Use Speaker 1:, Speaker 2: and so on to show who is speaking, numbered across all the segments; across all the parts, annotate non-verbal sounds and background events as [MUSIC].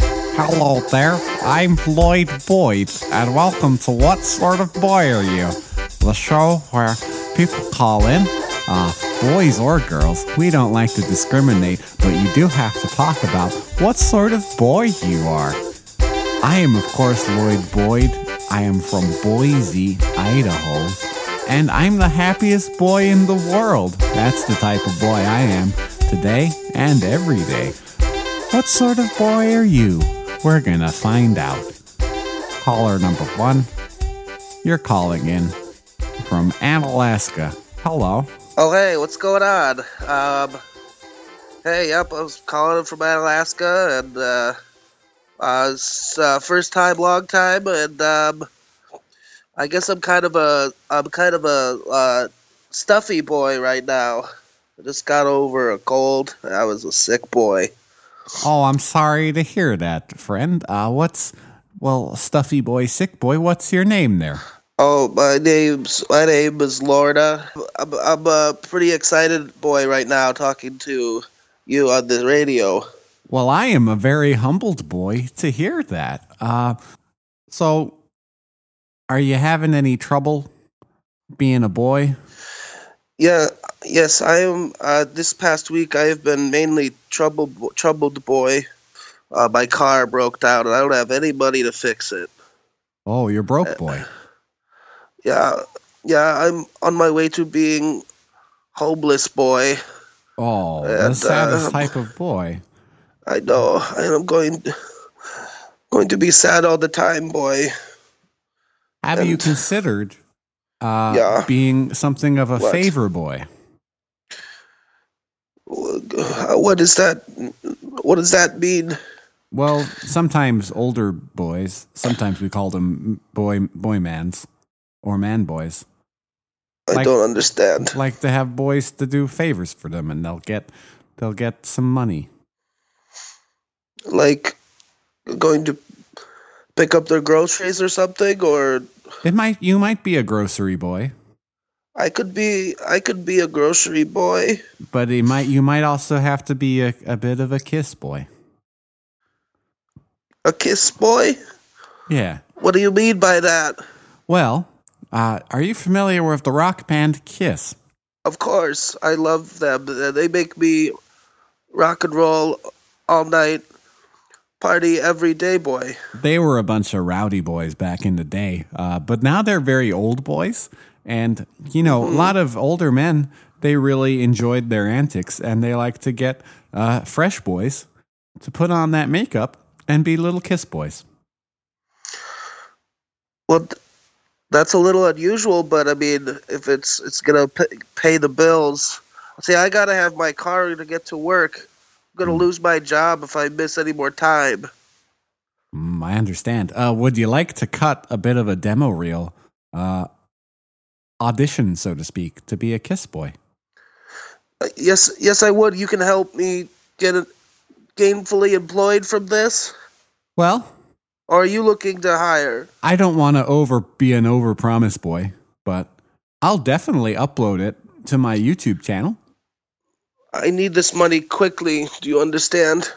Speaker 1: Hello there, I'm Lloyd Boyd, and welcome to What Sort of Boy Are You? The show where people call in, uh, boys or girls, we don't like to discriminate, but you do have to talk about what sort of boy you are. I am, of course, Lloyd Boyd. I am from Boise, Idaho, and I'm the happiest boy in the world. That's the type of boy I am today and every day. What sort of boy are you? We're gonna find out. Caller number one, you're calling in from Alaska. Hello.
Speaker 2: Oh hey, what's going on? Um, hey, yep, I was calling from Alaska, and uh, uh, it's uh, first time, long time, and um, I guess I'm kind of a I'm kind of a uh, stuffy boy right now. I just got over a cold. and I was a sick boy.
Speaker 1: Oh, I'm sorry to hear that, friend. Uh, what's, well, stuffy boy, sick boy, what's your name there?
Speaker 2: Oh, my name's my name is Lorna. I'm, I'm a pretty excited boy right now talking to you on the radio.
Speaker 1: Well, I am a very humbled boy to hear that. Uh, so, are you having any trouble being a boy?
Speaker 2: Yeah, yes, I am. Uh, this past week, I have been mainly troubled, troubled boy. Uh, my car broke down, and I don't have any money to fix it.
Speaker 1: Oh, you're broke, boy.
Speaker 2: Yeah, yeah, I'm on my way to being homeless boy.
Speaker 1: Oh, the
Speaker 2: And,
Speaker 1: saddest
Speaker 2: um,
Speaker 1: type of boy.
Speaker 2: I know, and I'm going, going to be sad all the time, boy.
Speaker 1: Have you
Speaker 2: and-
Speaker 1: considered uh,
Speaker 2: Yeah.
Speaker 1: being something of a
Speaker 2: What?
Speaker 1: favor boy?
Speaker 2: What is that? What does that mean?
Speaker 1: Well, sometimes older boys, sometimes we call them boy boy mans or man boys,
Speaker 2: I
Speaker 1: Like-
Speaker 2: don't understand.
Speaker 1: like to have boys to do favors for them, and they'll get they'll get some money.
Speaker 2: Like, going to pick up their groceries or something, or
Speaker 1: It might you might be a grocery boy,
Speaker 2: I could be I could be a grocery boy.
Speaker 1: but it might you might also have to be a, a bit of a kiss boy.
Speaker 2: A kiss boy?
Speaker 1: Yeah.
Speaker 2: What do you mean by that?
Speaker 1: Well, uh, are you familiar with the rock band Kiss?
Speaker 2: Of course, I love them. They make me rock and roll all night, party every day, boy.
Speaker 1: They were a bunch of rowdy boys back in the day, uh, but now they're very old boys. And, you know, a lot of older men, they really enjoyed their antics and they like to get uh, fresh boys to put on that makeup and be little kiss boys.
Speaker 2: Well, th- that's a little unusual, but I mean, if it's it's gonna p- pay the bills. See, I gotta have my car to get to work. I'm gonna lose my job if I miss any more time.
Speaker 1: Mm, I understand. Uh, would you like to cut a bit of a demo reel, uh, audition, so to speak, to be a kiss boy?
Speaker 2: Uh, Yes, yes, I would. You can help me get it gainfully employed from this.
Speaker 1: Well,
Speaker 2: Or are you looking to hire?
Speaker 1: I don't want to over be an over promise boy, but I'll definitely upload it to my YouTube channel.
Speaker 2: I need this money quickly. Do you understand?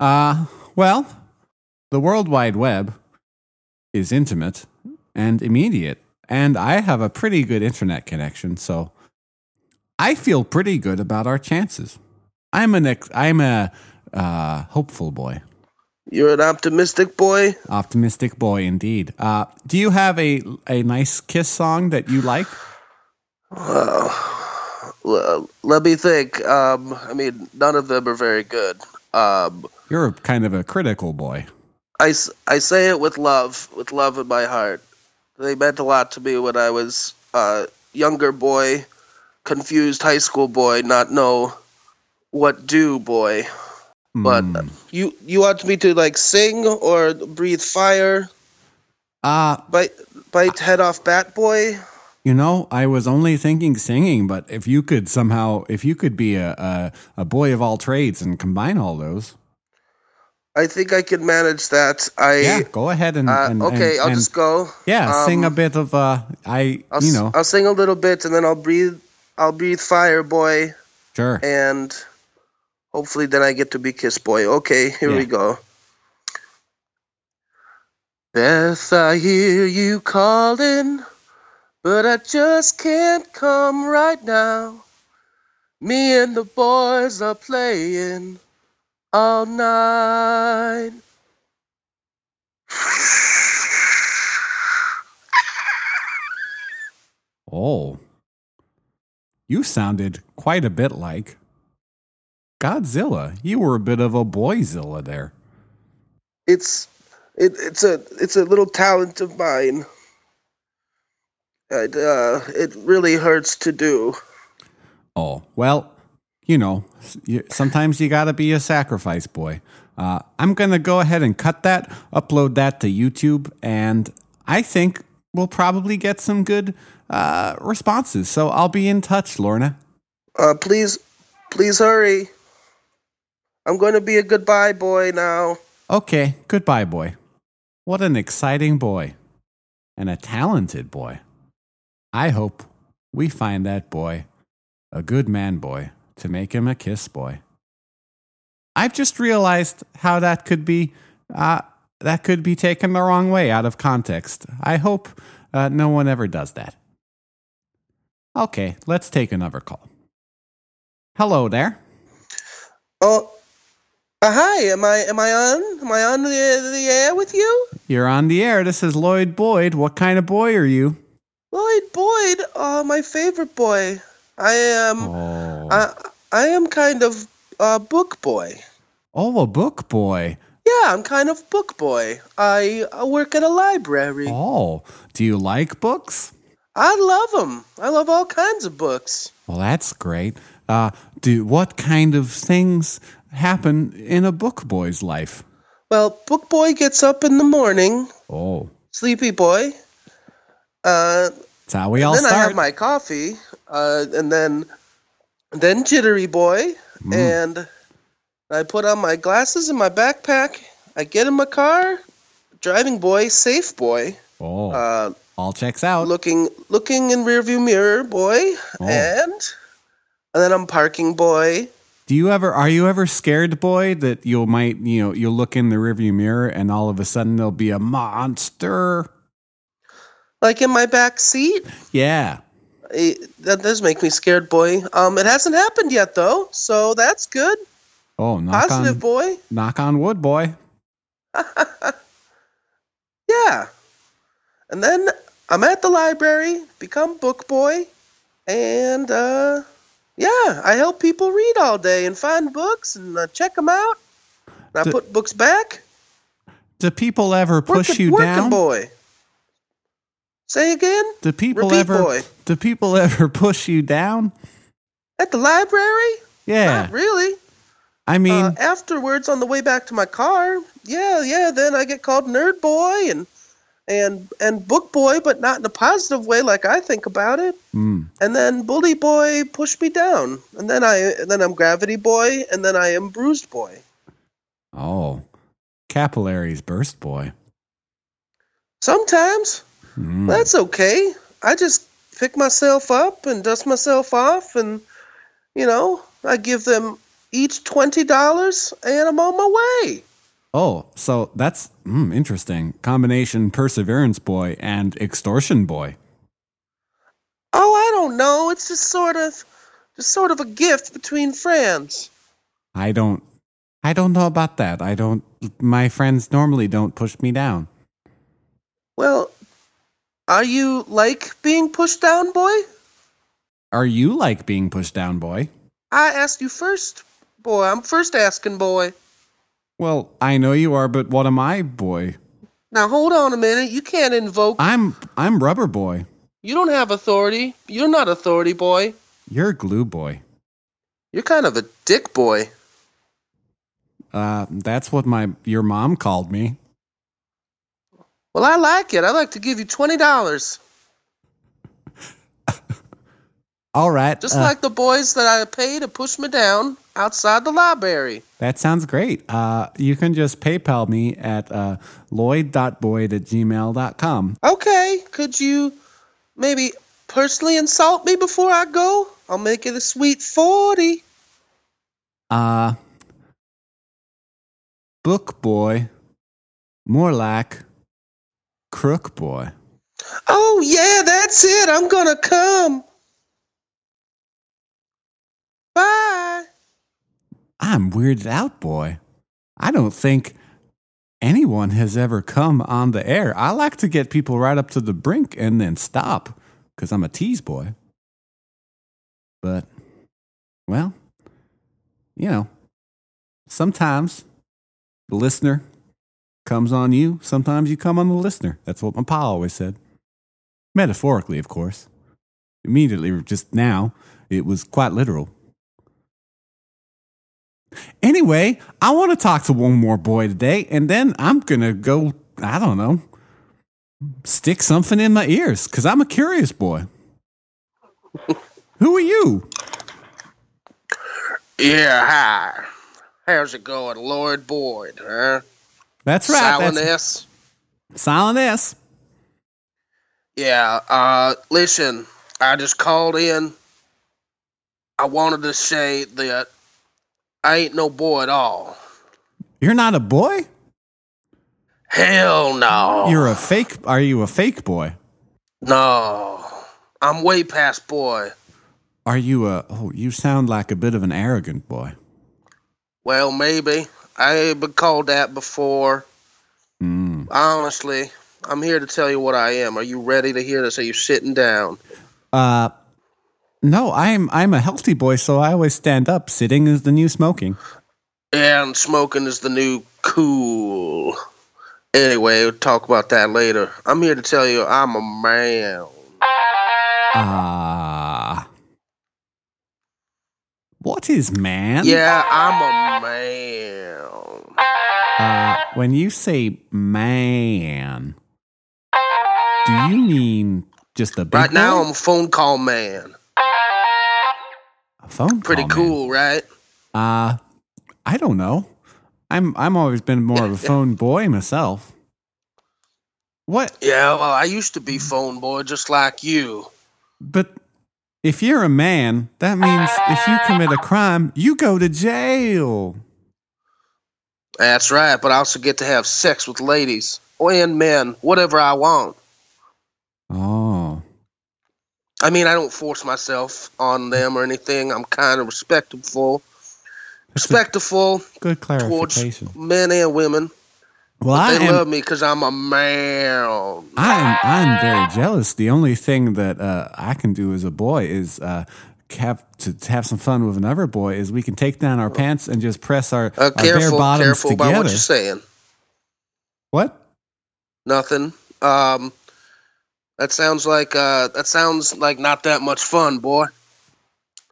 Speaker 1: Uh, well, the World Wide Web is intimate and immediate, and I have a pretty good internet connection, so I feel pretty good about our chances. I'm an ex- I'm a uh, hopeful boy,
Speaker 2: You're an optimistic boy.
Speaker 1: optimistic boy indeed. Uh, do you have a a nice kiss song that you like?
Speaker 2: Uh, l- let me think. Um, I mean, none of them are very good. Um,
Speaker 1: You're kind of a critical boy.
Speaker 2: I, s- I say it with love, with love in my heart. They meant a lot to me when I was a younger boy, confused high school boy, not know what do boy. But
Speaker 1: Mm.
Speaker 2: you you want me to like sing or breathe fire,
Speaker 1: uh,
Speaker 2: bite bite head off bat boy?
Speaker 1: You know, I was only thinking singing, but if you could somehow, if you could be a, a, a boy of all trades and combine all those,
Speaker 2: I think I can manage that. I
Speaker 1: yeah, go ahead and,
Speaker 2: Uh,
Speaker 1: and-
Speaker 2: okay,
Speaker 1: and-
Speaker 2: I'll
Speaker 1: and-
Speaker 2: just go.
Speaker 1: yeah,
Speaker 2: um,
Speaker 1: sing a bit of uh, I,
Speaker 2: I'll,
Speaker 1: you
Speaker 2: s- uh,
Speaker 1: know,
Speaker 2: I'll sing a little bit and then I'll breathe. I'll breathe fire, boy,
Speaker 1: sure.
Speaker 2: and hopefully then I get to be kiss boy. Okay, here
Speaker 1: Yeah.
Speaker 2: we go. Yes, I hear you calling, but I just can't come right now. Me and the boys are playing all night.
Speaker 1: Oh. You sounded quite a bit like Godzilla. You were a bit of a boyzilla there.
Speaker 2: It's it, it's a it's a little talent of mine. It uh, it really hurts to do.
Speaker 1: Oh, well, you know, s- you- sometimes you got to be a sacrifice boy. Uh, I'm going to go ahead and cut that, upload that to YouTube, and I think we'll probably get some good uh, responses. So I'll be in touch, Lorna.
Speaker 2: Uh, please, please hurry. I'm going to be a goodbye boy now.
Speaker 1: Okay, goodbye, boy. What an exciting boy and a talented boy. I hope we find that boy a good man boy to make him a kiss boy. I've just realized how that could be uh, that could be taken the wrong way out of context. I hope uh, no one ever does that. Okay, let's take another call. Hello there.
Speaker 2: Oh, uh, hi. Am I am I on? Am I on the the air with you,
Speaker 1: You're on the air. This is Lloyd Boyd. What kind of boy are you?
Speaker 2: Lloyd Boyd? Oh, my favorite boy. I am.
Speaker 1: Oh.
Speaker 2: I I am kind of uh, book boy.
Speaker 1: Oh, a book boy.
Speaker 2: Yeah, I'm kind of book boy. I uh, work at a library.
Speaker 1: Oh, do you like books?
Speaker 2: I love 'em. I love all kinds of books.
Speaker 1: Well, that's great. Uh, do what kind of things happen in a book boy's life?
Speaker 2: Well, book boy gets up in the morning,
Speaker 1: Oh,
Speaker 2: sleepy boy. Uh,
Speaker 1: that's how we all
Speaker 2: then I
Speaker 1: start.
Speaker 2: have my coffee, uh, and then then jittery boy,
Speaker 1: Mm.
Speaker 2: and I put on my glasses and my backpack. I get in my car, driving boy, safe boy,
Speaker 1: oh,
Speaker 2: uh,
Speaker 1: all checks out.
Speaker 2: looking looking in rearview mirror boy,
Speaker 1: Oh.
Speaker 2: and and then I'm parking boy.
Speaker 1: Do you ever are you ever scared, boy, that you might you know you'll look in the rearview mirror and all of a sudden there'll be a monster?
Speaker 2: Like in my back seat,
Speaker 1: Yeah.
Speaker 2: Eh, that does make me scared, boy. Um, it hasn't happened yet though, so that's good.
Speaker 1: Oh, knock
Speaker 2: Positive
Speaker 1: on
Speaker 2: boy.
Speaker 1: knock on wood, boy.
Speaker 2: Yeah. And then I'm at the library, become book boy, and uh, yeah, I help people read all day and find books and uh, check them out. And I
Speaker 1: D-
Speaker 2: put books back.
Speaker 1: Do people ever push
Speaker 2: Working-
Speaker 1: you
Speaker 2: working
Speaker 1: down?
Speaker 2: boy. Say again?
Speaker 1: Do people
Speaker 2: Repeat
Speaker 1: ever
Speaker 2: boy.
Speaker 1: do people ever [LAUGHS] push you down?
Speaker 2: At the library?
Speaker 1: Yeah.
Speaker 2: Not really.
Speaker 1: I mean,
Speaker 2: uh, afterwards, on the way back to my car, yeah, yeah, then I get called nerd boy and and and book boy, but not in a positive way, like I think about it.
Speaker 1: mm,
Speaker 2: and then bully boy pushed me down and then i and then i'm gravity boy and then i am bruised boy
Speaker 1: oh, capillaries burst, boy.
Speaker 2: sometimes
Speaker 1: Mm.
Speaker 2: that's okay i just pick myself up and dust myself off and you know i give them each $20 and i'm on my way
Speaker 1: Oh, so that's mm, interesting combination: perseverance, boy, and extortion, boy.
Speaker 2: oh i don't know it's just sort of just sort of a gift between friends
Speaker 1: I don't, I don't know about that. I don't. My friends normally don't push me down.
Speaker 2: well are you like being pushed down boy
Speaker 1: Are you like being pushed down, boy?
Speaker 2: i asked you first boy i'm first asking boy
Speaker 1: Well, I know you are, but what am I, boy?
Speaker 2: Now hold on a minute. You can't invoke.
Speaker 1: I'm, I'm rubber, boy.
Speaker 2: You don't have authority. You're not authority boy.
Speaker 1: You're glue, boy.
Speaker 2: You're kind of a dick boy.
Speaker 1: Uh, that's what my your mom called me.
Speaker 2: Well, I like it. I'd like to give you twenty dollars,
Speaker 1: All right,
Speaker 2: just
Speaker 1: uh,
Speaker 2: like the boys that I pay to push me down outside the library.
Speaker 1: That sounds great. Uh, you can just PayPal me at uh, lloyd.boyd at gmail.com.
Speaker 2: Okay, could you maybe personally insult me before I go? I'll make it a sweet forty.
Speaker 1: Uh, book boy, more like Crook Boy.
Speaker 2: Oh yeah, that's it. I'm gonna come. Bye.
Speaker 1: I'm weirded out, boy. I don't think anyone has ever come on the air. I like to get people right up to the brink and then stop because I'm a tease boy. But, well, you know, sometimes the listener comes on you, sometimes you come on the listener. That's what my pa always said. Metaphorically, of course. Immediately, just now, it was quite literal. Anyway, I want to talk to one more boy today, and then I'm going to go, I don't know, stick something in my ears because I'm a curious boy. Who are you?
Speaker 2: Yeah, hi. How's it going, Lord Boyd? Huh?
Speaker 1: That's right.
Speaker 2: Silent
Speaker 1: that's,
Speaker 2: S.
Speaker 1: silent S.
Speaker 2: Yeah. Uh, listen, I just called in. I wanted to say that I ain't no boy at all.
Speaker 1: You're not a boy?
Speaker 2: Hell no.
Speaker 1: You're a fake. Are you a fake boy?
Speaker 2: no. I'm way past boy.
Speaker 1: Are you a. Oh, you sound like a bit of an arrogant boy.
Speaker 2: Well, maybe I ain't been called that before.
Speaker 1: Mm.
Speaker 2: Honestly, I'm here to tell you what I am. Are you ready to hear this? Are you sitting down?
Speaker 1: Uh, no, I'm I'm a healthy boy, so I always stand up. Sitting is the new smoking.
Speaker 2: And smoking is the new cool. Anyway, we'll talk about that later. I'm here to tell you I'm a man.
Speaker 1: Ah. what is man?
Speaker 2: Yeah, I'm a man.
Speaker 1: Uh, when you say man, do you mean just a big
Speaker 2: Right now,
Speaker 1: boy?
Speaker 2: I'm a phone call man.
Speaker 1: a phone
Speaker 2: Pretty
Speaker 1: call man?
Speaker 2: cool, right?
Speaker 1: Uh I don't know. I'm I'm always been
Speaker 2: [LAUGHS]
Speaker 1: more of a phone boy myself. What?
Speaker 2: Yeah, well, I used to be phone boy just like you.
Speaker 1: But if you're a man, that means if you commit a crime, you go to jail.
Speaker 2: That's right, but I also get to have sex with ladies and men, whatever I want.
Speaker 1: Oh.
Speaker 2: I mean, I don't force myself on them or anything. I'm kind of respectful,
Speaker 1: That's a
Speaker 2: respectful
Speaker 1: good
Speaker 2: towards
Speaker 1: clarification.
Speaker 2: men and women.
Speaker 1: Well, I
Speaker 2: they
Speaker 1: am
Speaker 2: love me because I'm a man.
Speaker 1: I'm I'm
Speaker 2: Ah.
Speaker 1: very jealous. The only thing that uh, I can do as a boy is uh, have to to have some fun with another boy. Is we can take down our pants and just press our,
Speaker 2: Uh,
Speaker 1: our bare
Speaker 2: careful,
Speaker 1: bottoms
Speaker 2: careful
Speaker 1: together.
Speaker 2: about what you're saying.
Speaker 1: What?
Speaker 2: Nothing. Um, that sounds like uh, that sounds like not that much fun, boy.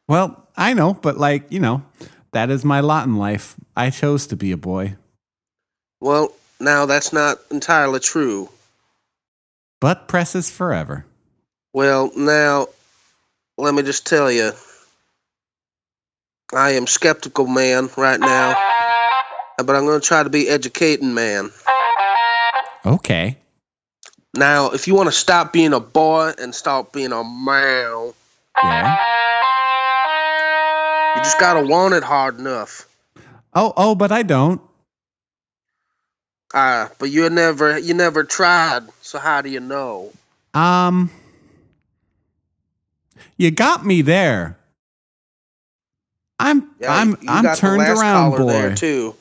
Speaker 1: Well, I know, but like you know, that is my lot in life. I chose to be a boy,
Speaker 2: Well, now that's not entirely true.
Speaker 1: butt presses forever.
Speaker 2: Well, now let me just tell you, I am skeptical, man, right now. But I'm going to try to be educating, man.
Speaker 1: Okay.
Speaker 2: Now, if you want to stop being a boy and start being a man,
Speaker 1: Yeah.
Speaker 2: you just got to want it hard enough.
Speaker 1: Oh, oh, but I don't.
Speaker 2: Ah, but you never you never tried, so how do you know?
Speaker 1: Um, you got me there. I'm
Speaker 2: Yeah,
Speaker 1: I'm
Speaker 2: you- you
Speaker 1: I'm
Speaker 2: got the
Speaker 1: turned
Speaker 2: last
Speaker 1: around,
Speaker 2: caller
Speaker 1: boy.
Speaker 2: There too.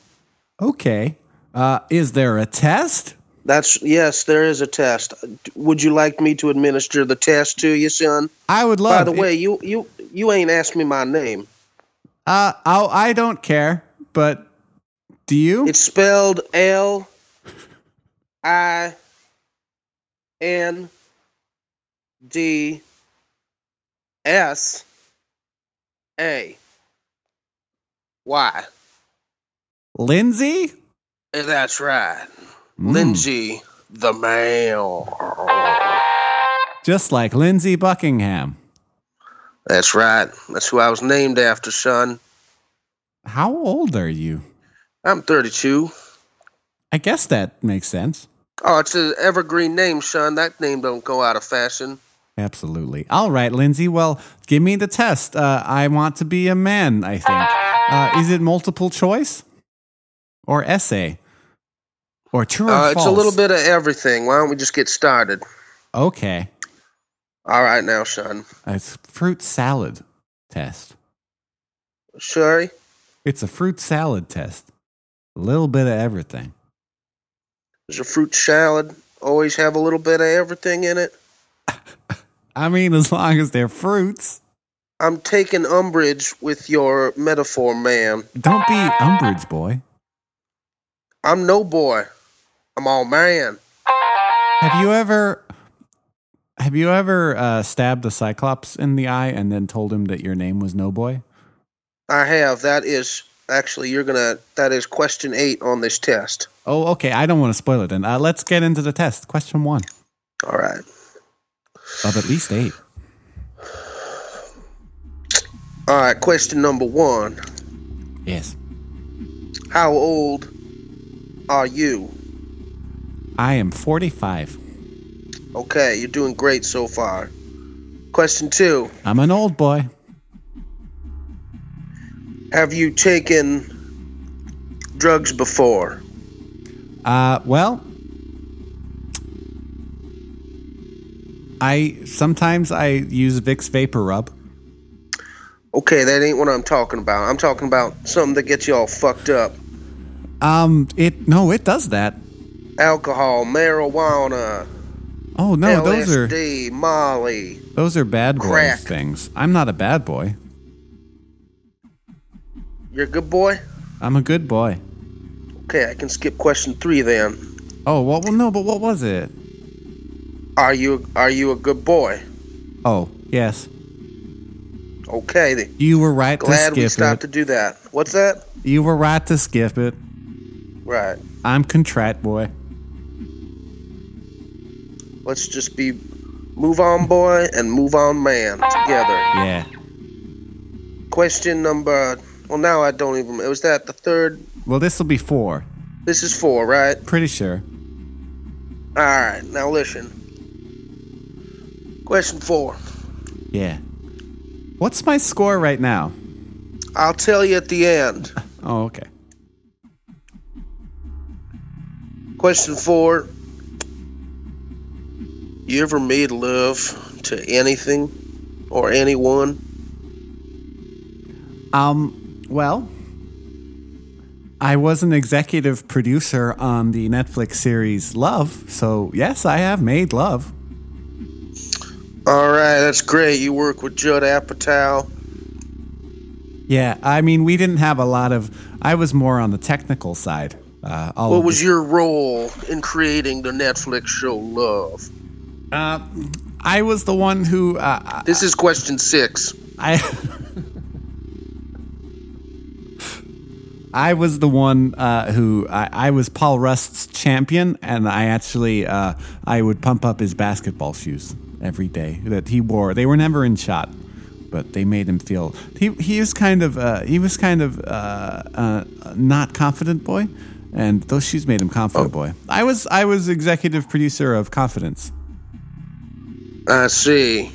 Speaker 1: Okay. Uh, is there a test?
Speaker 2: That's yes, there is a test. Would you like me to administer the test to you, son?
Speaker 1: I would
Speaker 2: By
Speaker 1: love.
Speaker 2: the way, you you you ain't asked me my name.
Speaker 1: uh, oh, I don't care. But do you?
Speaker 2: It's spelled L I N D S A Y.
Speaker 1: Lindsay.
Speaker 2: And That's right.
Speaker 1: Mm,
Speaker 2: Lindsay the male.
Speaker 1: just like Lindsay Buckingham.
Speaker 2: That's right. That's who I was named after, son.
Speaker 1: How old are you?
Speaker 2: I'm 32.
Speaker 1: I guess that makes sense.
Speaker 2: Oh, it's an evergreen name, son. That name don't go out of fashion.
Speaker 1: Absolutely. All right, Lindsay. Well, give me the test. Uh, I want to be a man. I think. Uh, is it multiple choice or essay? Or true or
Speaker 2: Uh,
Speaker 1: false?
Speaker 2: it's a little bit of everything. Why don't we just get started?
Speaker 1: Okay.
Speaker 2: All right, now, son.
Speaker 1: It's fruit salad test.
Speaker 2: Sorry.
Speaker 1: It's a fruit salad test. A little bit of everything.
Speaker 2: Does a fruit salad always have a little bit of everything in it?
Speaker 1: I mean, as long as they're fruits.
Speaker 2: I'm taking umbrage with your metaphor, man.
Speaker 1: Don't be umbrage, boy.
Speaker 2: I'm no boy. I'm all man.
Speaker 1: Have you ever have you ever uh, stabbed a cyclops in the eye and then told him that your name was no boy?
Speaker 2: I have. That is actually you're gonna. That is question eight on this test.
Speaker 1: Oh, okay. I don't want to spoil it. Then uh, let's get into the test. Question one
Speaker 2: All right.
Speaker 1: of at least eight.
Speaker 2: All right. Question number one.
Speaker 1: Yes,
Speaker 2: How old are you?
Speaker 1: I am forty-five.
Speaker 2: Okay, you're doing great so far. Question two.
Speaker 1: I'm an old boy.
Speaker 2: Have you taken drugs before?
Speaker 1: Uh, well, I sometimes I use Vicks Vapor Rub.
Speaker 2: Okay, that ain't what I'm talking about. I'm talking about something that gets you all fucked up.
Speaker 1: Um, it no, it does that.
Speaker 2: Alcohol, marijuana,
Speaker 1: Oh no, those are
Speaker 2: LSD, Molly.
Speaker 1: those are bad boy
Speaker 2: Crack.
Speaker 1: things. I'm not a bad boy.
Speaker 2: You're a good boy?
Speaker 1: I'm a good boy.
Speaker 2: Okay, I can skip question three then.
Speaker 1: Oh well, well no, but what was it?
Speaker 2: Are you are you a good boy?
Speaker 1: Oh yes,
Speaker 2: Okay, then.
Speaker 1: you were right
Speaker 2: glad we
Speaker 1: to skip it.
Speaker 2: stopped to do that. What's that?
Speaker 1: You were right to skip it.
Speaker 2: Right.
Speaker 1: I'm contract boy.
Speaker 2: Let's just be move on boy and move on man together.
Speaker 1: Yeah.
Speaker 2: Question number well now I don't even was that the third
Speaker 1: Well, this will be four.
Speaker 2: this is four, right?
Speaker 1: Pretty sure.
Speaker 2: Alright, now listen. Question four.
Speaker 1: Yeah. What's my score right now?
Speaker 2: I'll tell you at the end.
Speaker 1: Oh okay.
Speaker 2: Question four. You ever made love to anything or anyone?
Speaker 1: Um, well, I was an executive producer on the Netflix series Love, so yes, I have made love.
Speaker 2: All right, that's great. You work with Judd Apatow.
Speaker 1: Yeah, I mean, we didn't have a lot of. I was more on the technical side. Uh, all
Speaker 2: What
Speaker 1: of
Speaker 2: was
Speaker 1: the-
Speaker 2: your role in creating the Netflix show Love?
Speaker 1: Uh, I was the one who uh,
Speaker 2: This is question six.
Speaker 1: I. [LAUGHS] I was the one uh, who I, I was Paul Rust's champion, and I actually uh, I would pump up his basketball shoes every day that he wore. They were never in shot, but they made him feel he he was kind of uh, he was kind of uh, uh, not confident boy, and those shoes made him confident
Speaker 2: Oh.
Speaker 1: boy. I was I was executive producer of Confidence.
Speaker 2: I see.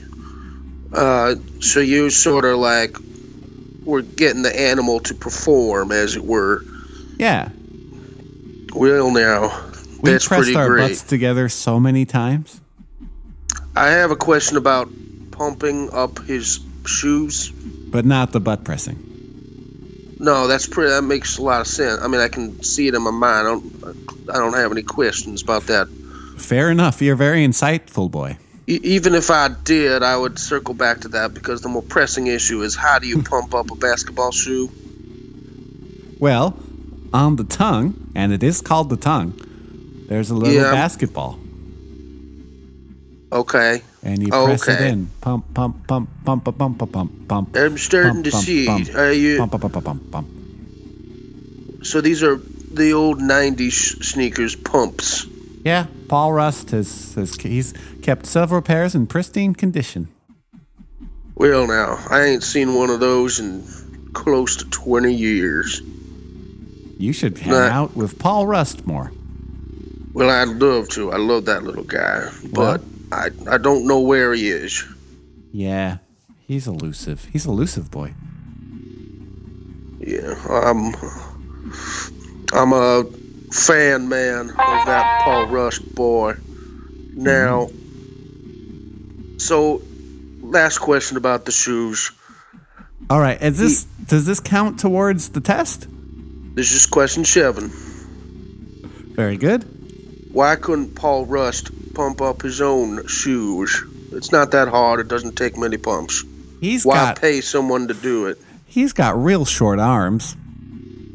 Speaker 2: Uh, so you sort of like were getting the animal to perform, as it were.
Speaker 1: Yeah,
Speaker 2: Well, now
Speaker 1: we
Speaker 2: that's
Speaker 1: pressed
Speaker 2: pretty
Speaker 1: our
Speaker 2: great.
Speaker 1: butts together so many times.
Speaker 2: I have a question about pumping up his shoes.
Speaker 1: but not the butt pressing.
Speaker 2: No, that's pretty. That makes a lot of sense. I mean, I can see it in my mind. I don't. I don't have any questions about that.
Speaker 1: Fair enough. You're very insightful, boy.
Speaker 2: E- even if I did, I would circle back to that because the more pressing issue is how do you pump up a basketball shoe?
Speaker 1: Well, on the tongue, and it is called the tongue, there's a little
Speaker 2: Yeah.
Speaker 1: basketball,
Speaker 2: Okay,
Speaker 1: and you press it
Speaker 2: Oh, Okay.
Speaker 1: in. Pump, pump, pump, pump, pump, pump, pump, pump, pump.
Speaker 2: I'm starting
Speaker 1: pump,
Speaker 2: to
Speaker 1: pump,
Speaker 2: see.
Speaker 1: Pump,
Speaker 2: Are you?
Speaker 1: Pump, pump, pump, pump, pump, pump.
Speaker 2: So these are the old '90s sneakers, pumps.
Speaker 1: Yeah, Paul Rust has, has he's kept several pairs in pristine condition.
Speaker 2: Well, now I ain't seen one of those in close to 20 years.
Speaker 1: You should hang
Speaker 2: Right.
Speaker 1: out with Paul Rust more.
Speaker 2: Well, I'd love to. I love that little guy, but I I don't know where he is.
Speaker 1: Yeah, he's elusive. He's elusive, boy.
Speaker 2: Yeah, I'm I'm a fan man of that Paul Rush boy. Now, so last question about the shoes.
Speaker 1: All right. Is this does this count towards the test?
Speaker 2: This is question seven.
Speaker 1: Very good.
Speaker 2: Why couldn't Paul Rust pump up his own shoes? It's not that hard. It doesn't take many pumps.
Speaker 1: He's
Speaker 2: Why
Speaker 1: got
Speaker 2: pay someone to do it?
Speaker 1: he's got real short arms.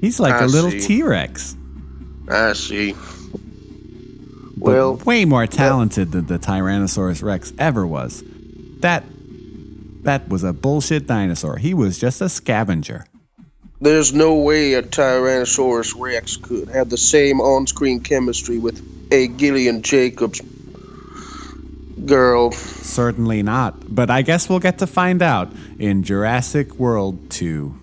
Speaker 1: He's like
Speaker 2: I
Speaker 1: a little
Speaker 2: see.
Speaker 1: T Rex,
Speaker 2: I see.
Speaker 1: but
Speaker 2: Well,
Speaker 1: way more talented than the Tyrannosaurus Rex ever was. That that was a bullshit dinosaur. He was just a scavenger.
Speaker 2: there's no way a Tyrannosaurus Rex could have the same on screen chemistry with a Gillian Jacobs girl.
Speaker 1: Certainly not. But I guess we'll get to find out in Jurassic World 2.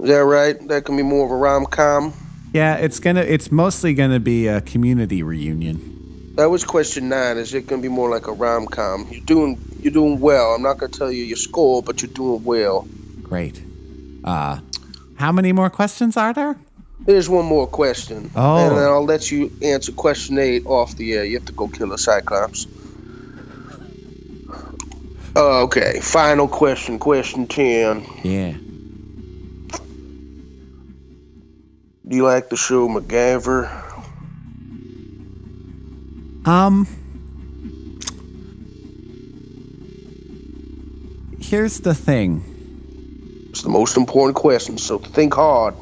Speaker 2: Is that right? That can be more of a rom com.
Speaker 1: Yeah, it's gonna. It's mostly gonna be a community reunion.
Speaker 2: That was question nine. Is it gonna be more like a rom com? You're doing you're doing well. I'm not gonna tell you your score, but you're doing well.
Speaker 1: Great. Uh, how many more questions are there?
Speaker 2: Here's one more question,
Speaker 1: Oh.
Speaker 2: and then I'll let you answer question eight off the air. You have to go kill a cyclops. Uh, Okay, final question, question ten.
Speaker 1: Yeah.
Speaker 2: Do you like the show MacGyver?
Speaker 1: Um. Here's the thing.
Speaker 2: It's the most important question, so think hard.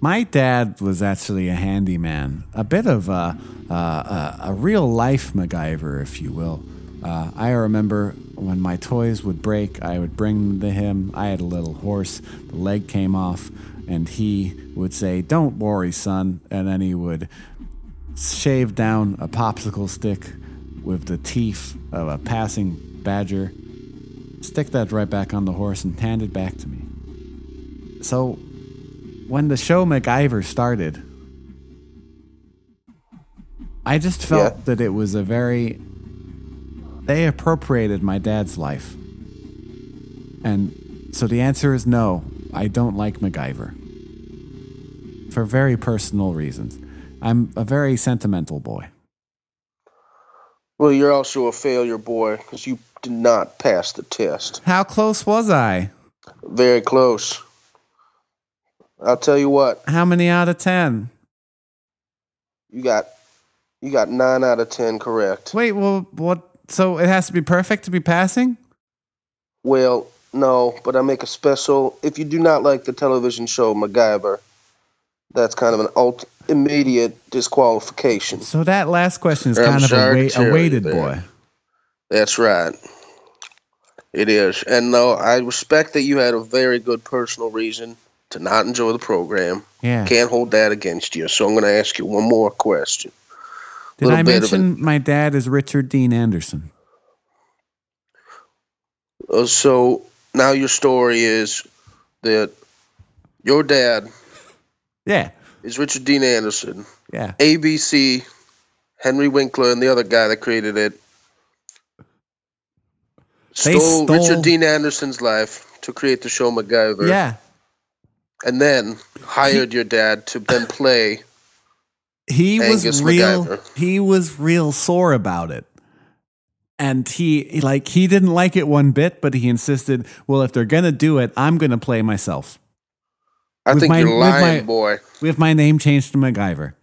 Speaker 1: My dad was actually a handyman, a bit of a a, a, a real life MacGyver, if you will. Uh, I remember when my toys would break, I would bring them to him. I had a little horse; the leg came off, and he would say, "Don't worry, son," and then he would shave down a popsicle stick with the teeth of a passing badger, stick that right back on the horse, and hand it back to me. So when the show MacGyver started, I just felt
Speaker 2: Yeah.
Speaker 1: that it was a very. They appropriated my dad's life. And so the answer is no, I don't like MacGyver. For very personal reasons. I'm a very sentimental boy.
Speaker 2: Well, you're also a failure, boy, because you did not pass the test.
Speaker 1: How close was I?
Speaker 2: Very close. I'll tell you what.
Speaker 1: How many out of 10?
Speaker 2: You got you got nine out of ten correct.
Speaker 1: Wait, well, what? So it has to be perfect to be passing?
Speaker 2: Well, no, but I make a special. If you do not like the television show MacGyver, that's kind of an alt immediate disqualification.
Speaker 1: So that last question is
Speaker 2: I'm
Speaker 1: kind of a,
Speaker 2: sorry to
Speaker 1: wait,
Speaker 2: tell
Speaker 1: a
Speaker 2: you
Speaker 1: weighted
Speaker 2: that.
Speaker 1: boy.
Speaker 2: That's right. It is, and no, I respect that you had a very good personal reason to not enjoy the program.
Speaker 1: Yeah.
Speaker 2: Can't hold that against you. So I'm going to ask you one more question.
Speaker 1: Did
Speaker 2: little
Speaker 1: I
Speaker 2: bit of
Speaker 1: mention my dad is Richard Dean Anderson?
Speaker 2: Uh, so now your story is that your dad
Speaker 1: Yeah.
Speaker 2: is Richard Dean Anderson.
Speaker 1: Yeah.
Speaker 2: ABC, Henry Winkler, and the other guy that created it
Speaker 1: They
Speaker 2: stole,
Speaker 1: stole-
Speaker 2: Richard Dean Anderson's life to create the show MacGyver,
Speaker 1: Yeah.
Speaker 2: and then hired your dad to then play.
Speaker 1: He
Speaker 2: Angus
Speaker 1: was real
Speaker 2: MacGyver.
Speaker 1: he was real sore about it. And he like he didn't like it one bit, but he insisted, well, if they're gonna do it, I'm gonna play myself.
Speaker 2: I
Speaker 1: With
Speaker 2: think
Speaker 1: my-
Speaker 2: you're
Speaker 1: with my-
Speaker 2: lying, boy.
Speaker 1: With my name changed to MacGyver.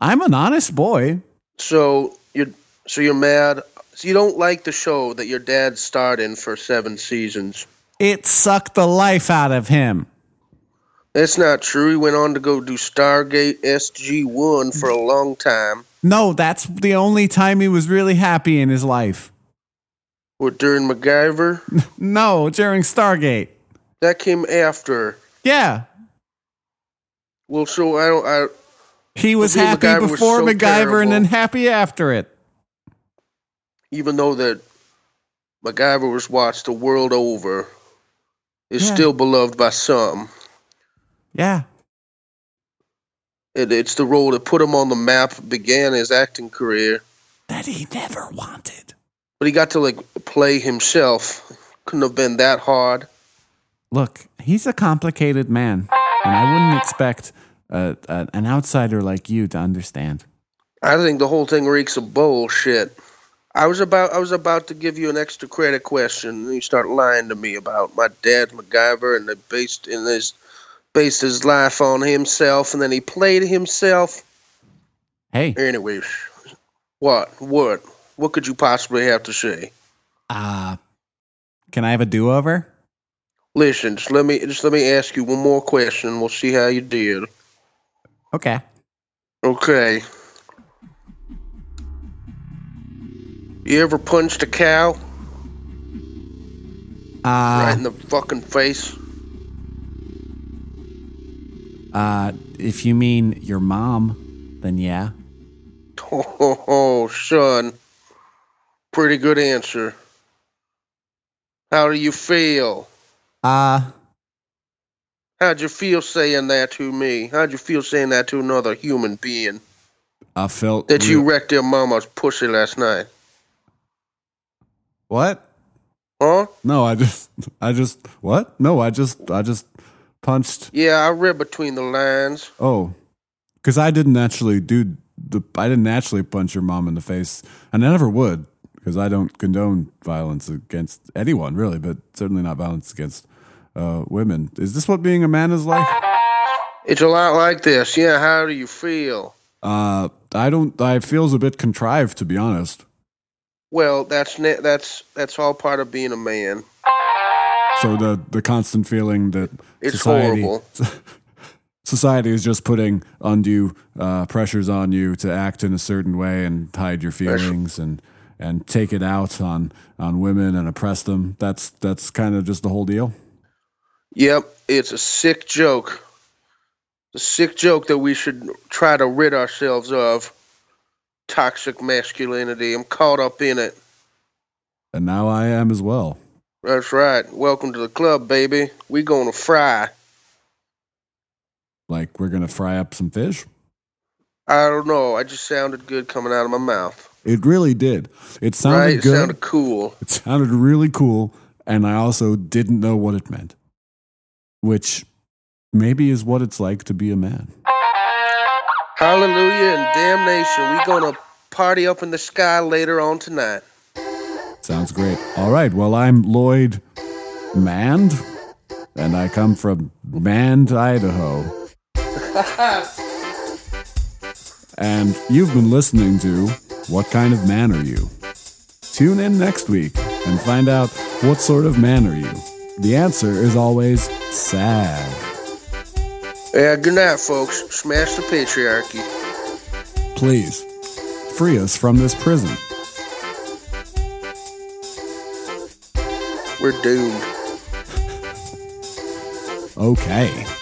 Speaker 1: I'm an honest boy.
Speaker 2: So you're so you're mad. So you don't like the show that your dad starred in for seven seasons.
Speaker 1: It sucked the life out of him.
Speaker 2: That's not true. He went on to go do Stargate SG One for a long time,
Speaker 1: No, that's the only time he was really happy in his life.
Speaker 2: or during MacGyver.
Speaker 1: No, during Stargate.
Speaker 2: That came after.
Speaker 1: Yeah.
Speaker 2: Well, so I don't. I,
Speaker 1: He was
Speaker 2: Dude,
Speaker 1: happy
Speaker 2: MacGyver was
Speaker 1: before
Speaker 2: so
Speaker 1: MacGyver and then happy after it.
Speaker 2: even though that MacGyver was watched the world over, is
Speaker 1: Yeah.
Speaker 2: still beloved by some.
Speaker 1: Yeah.
Speaker 2: It, it's the role that put him on the map, began his acting career,
Speaker 1: That he never wanted.
Speaker 2: but he got to like play himself. Couldn't have been that hard.
Speaker 1: Look, he's a complicated man, and I wouldn't expect a, a, an outsider like you to understand.
Speaker 2: I think the whole thing reeks of bullshit. I was about I was about to give you an extra credit question, and you start lying to me about my dad MacGyver, and they based in this based his life on himself, and then he played himself.
Speaker 1: Hey,
Speaker 2: Anyways, what what what could you possibly have to say?
Speaker 1: uh, can I have a do over?
Speaker 2: Listen, just let me just let me ask you one more question. We'll see how you did.
Speaker 1: Okay.
Speaker 2: Okay. You ever punched a cow
Speaker 1: Uh,
Speaker 2: right in the fucking face? [LAUGHS]
Speaker 1: uh, if you mean your mom, then yeah.
Speaker 2: Oh, ho, ho, son. Pretty good answer. How do you feel?
Speaker 1: Uh,
Speaker 2: How'd you feel saying that to me? How'd you feel saying that to another human being?
Speaker 1: I felt
Speaker 2: That you
Speaker 1: real-
Speaker 2: wrecked their mama's pussy last night.
Speaker 1: what?
Speaker 2: Huh?
Speaker 1: No, I just, I just, what? No, I just, I just punched.
Speaker 2: Yeah, I read between the lines.
Speaker 1: Oh, because I didn't actually do the, I didn't actually punch your mom in the face, and I never would, because I don't condone violence against anyone, really, but certainly not violence against uh, women. Is this what being a man is like?
Speaker 2: It's a lot like this. Yeah, how do you feel?
Speaker 1: Uh, I don't. I feels a bit contrived, to be honest.
Speaker 2: Well, that's ne- that's that's all part of being a man.
Speaker 1: So the the constant feeling that
Speaker 2: It's
Speaker 1: society
Speaker 2: horrible.
Speaker 1: society is just putting undue uh, pressures on you to act in a certain way and hide your feelings and and take it out on on women and oppress them. That's that's kind of just the whole deal.
Speaker 2: Yep, it's a sick joke. It's a sick joke that we should try to rid ourselves of. Toxic masculinity. I'm caught up in it.
Speaker 1: And now I am as well.
Speaker 2: That's right. Welcome to the club, baby. We gonna fry.
Speaker 1: Like we're gonna fry up some fish.
Speaker 2: I don't know. I just sounded good coming out of my mouth.
Speaker 1: It really did. It sounded
Speaker 2: right? It
Speaker 1: good.
Speaker 2: sounded cool.
Speaker 1: It sounded really cool, and I also didn't know what it meant, which maybe is what it's like to be a man.
Speaker 2: Hallelujah and damnation. We gonna party up in the sky later on tonight.
Speaker 1: Sounds great. All right, well, I'm Lloyd Mand, and I come from Mand, Idaho. and you've been listening to What Kind of Man Are You? Tune in next week and find out what sort of man are you. The answer is always sad.
Speaker 2: Yeah, good night, folks. Smash the patriarchy.
Speaker 1: Please, free us from this prison.
Speaker 2: We're doomed.
Speaker 1: Okay.